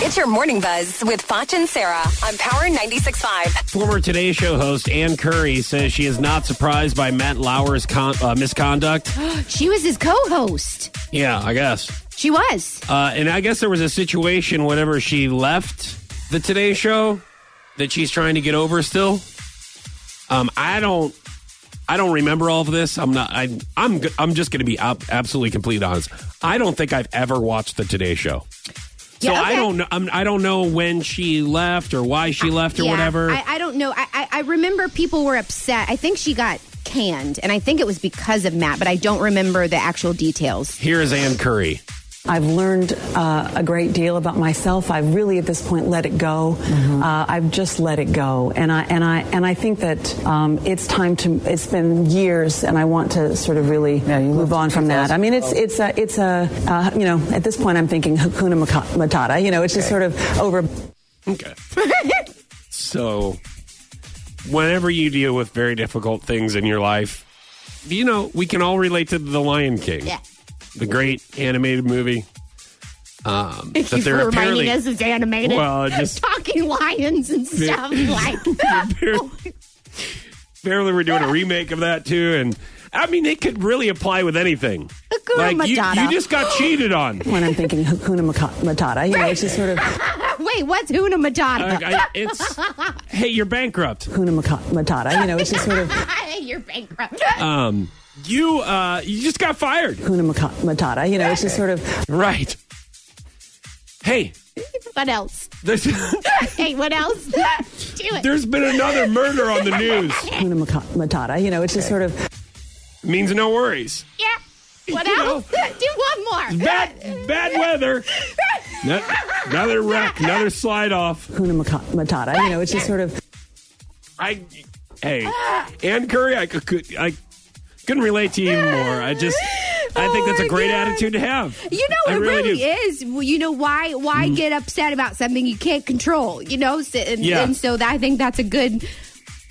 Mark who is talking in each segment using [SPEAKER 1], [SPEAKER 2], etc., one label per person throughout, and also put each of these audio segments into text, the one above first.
[SPEAKER 1] It's your morning buzz with Foch and Sarah on Power 96.5.
[SPEAKER 2] Former Today Show host Ann Curry says she is not surprised by Matt Lauer's con- uh, misconduct.
[SPEAKER 3] She was his co-host.
[SPEAKER 2] Yeah, I guess.
[SPEAKER 3] She was.
[SPEAKER 2] Uh, and I guess there was a situation whenever she left the Today Show that she's trying to get over still. Um, I don't, I don't remember all of this. I'm not. I, I'm. g- I'm just going to be ab- absolutely complete honest. I don't think I've ever watched the Today Show. So
[SPEAKER 3] Yeah, okay.
[SPEAKER 2] I don't know. I'm, I don't know when she left or why she left or
[SPEAKER 3] Yeah,
[SPEAKER 2] whatever.
[SPEAKER 3] I, I don't know. I, I, I remember people were upset. I think she got canned, and I think it was because of Matt, but I don't remember the actual details.
[SPEAKER 2] Here is Ann Curry.
[SPEAKER 4] I've learned uh, a great deal about myself. I've really, at this point, let it go. Uh, I've just let it go, and I and I and I think that um, it's time to. It's been years, and I want to sort of really move on from that. I mean, it's it's a it's a uh, you know at this point, I'm thinking Hakuna Maka- Matata. You know, it's just sort of over.
[SPEAKER 2] Okay. so, whenever you deal with very difficult things in your life, you know, we can all relate to The Lion King.
[SPEAKER 3] Yeah.
[SPEAKER 2] The great animated movie. Um, that they're apparently,
[SPEAKER 3] it's animated.
[SPEAKER 2] Well, it just-
[SPEAKER 3] talking lions and stuff like.
[SPEAKER 2] apparently we're doing a remake of that too. And I mean, it could really apply with anything.
[SPEAKER 3] Hakuna
[SPEAKER 2] like, you,
[SPEAKER 3] Matata.
[SPEAKER 2] you just got cheated on.
[SPEAKER 4] When I'm thinking Hakuna Maka- Matata, you know, it's just sort of Hakuna
[SPEAKER 3] Wait, what's Huna Matata?
[SPEAKER 2] Like, I- it's, hey, you're bankrupt.
[SPEAKER 4] Maka- Matata. You know, it's just sort of
[SPEAKER 3] You're bankrupt.
[SPEAKER 2] Um, you, uh, you just got fired.
[SPEAKER 4] Hakuna Maka- Matata. You know, it's just sort of
[SPEAKER 2] Right. Hey,
[SPEAKER 3] what else?
[SPEAKER 2] this.
[SPEAKER 3] Hey, what else? Do it.
[SPEAKER 2] There's been another murder on the news.
[SPEAKER 4] Hakuna Maka- Matata. You know, it's just sort of.
[SPEAKER 2] Means no worries.
[SPEAKER 3] yeah. What
[SPEAKER 2] You
[SPEAKER 3] else? Do one more.
[SPEAKER 2] Bad, bad weather. No- Another wreck. Another slide off.
[SPEAKER 4] Hakuna Maka- Matata. You know, it's just sort of
[SPEAKER 2] I. Hey, Ann Curry. I could. I couldn't relate to you more. I just. I think
[SPEAKER 3] Oh
[SPEAKER 2] that's a
[SPEAKER 3] my
[SPEAKER 2] great
[SPEAKER 3] God.
[SPEAKER 2] attitude to have.
[SPEAKER 3] You know,
[SPEAKER 2] I
[SPEAKER 3] it
[SPEAKER 2] really
[SPEAKER 3] really,
[SPEAKER 2] do. Mm.
[SPEAKER 3] is. Well, You know, why why get upset about something you can't control? You know, so, and,
[SPEAKER 2] Yeah.
[SPEAKER 3] and so that, I think that's a good.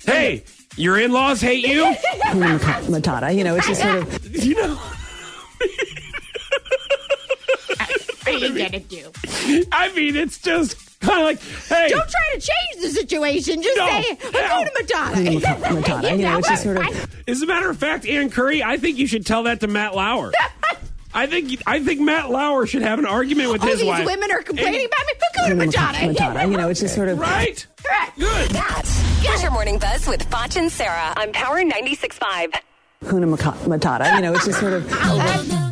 [SPEAKER 2] Hey, your in-laws hate you.
[SPEAKER 4] Hakuna Maka- Matata. You know, it's just sort of.
[SPEAKER 2] You know.
[SPEAKER 3] What are you gonna do?
[SPEAKER 2] I mean, it's just kind of like, hey,
[SPEAKER 3] Don't try to change the situation. Just
[SPEAKER 2] No.
[SPEAKER 3] say Hakuna
[SPEAKER 4] Hakuna
[SPEAKER 3] Matata.
[SPEAKER 4] Maka- Matata. You know, it's just sort of.
[SPEAKER 2] As a matter of fact, Ann Curry, I think you should tell that to Matt Lauer. I think I think Matt Lauer should have an argument with
[SPEAKER 3] all
[SPEAKER 2] his
[SPEAKER 3] these
[SPEAKER 2] wife.
[SPEAKER 3] women are complaining
[SPEAKER 2] And-
[SPEAKER 3] about me. Hakuna
[SPEAKER 4] Hakuna
[SPEAKER 3] Matata.
[SPEAKER 4] Maka- Matata. You know, it's just sort of.
[SPEAKER 2] right?
[SPEAKER 3] Correct.
[SPEAKER 2] Good.
[SPEAKER 1] That is your morning buzz with Foch and Sarah on Power 96.5.
[SPEAKER 4] Hakuna Maka- Matata. You know, it's just sort of.
[SPEAKER 3] Uh,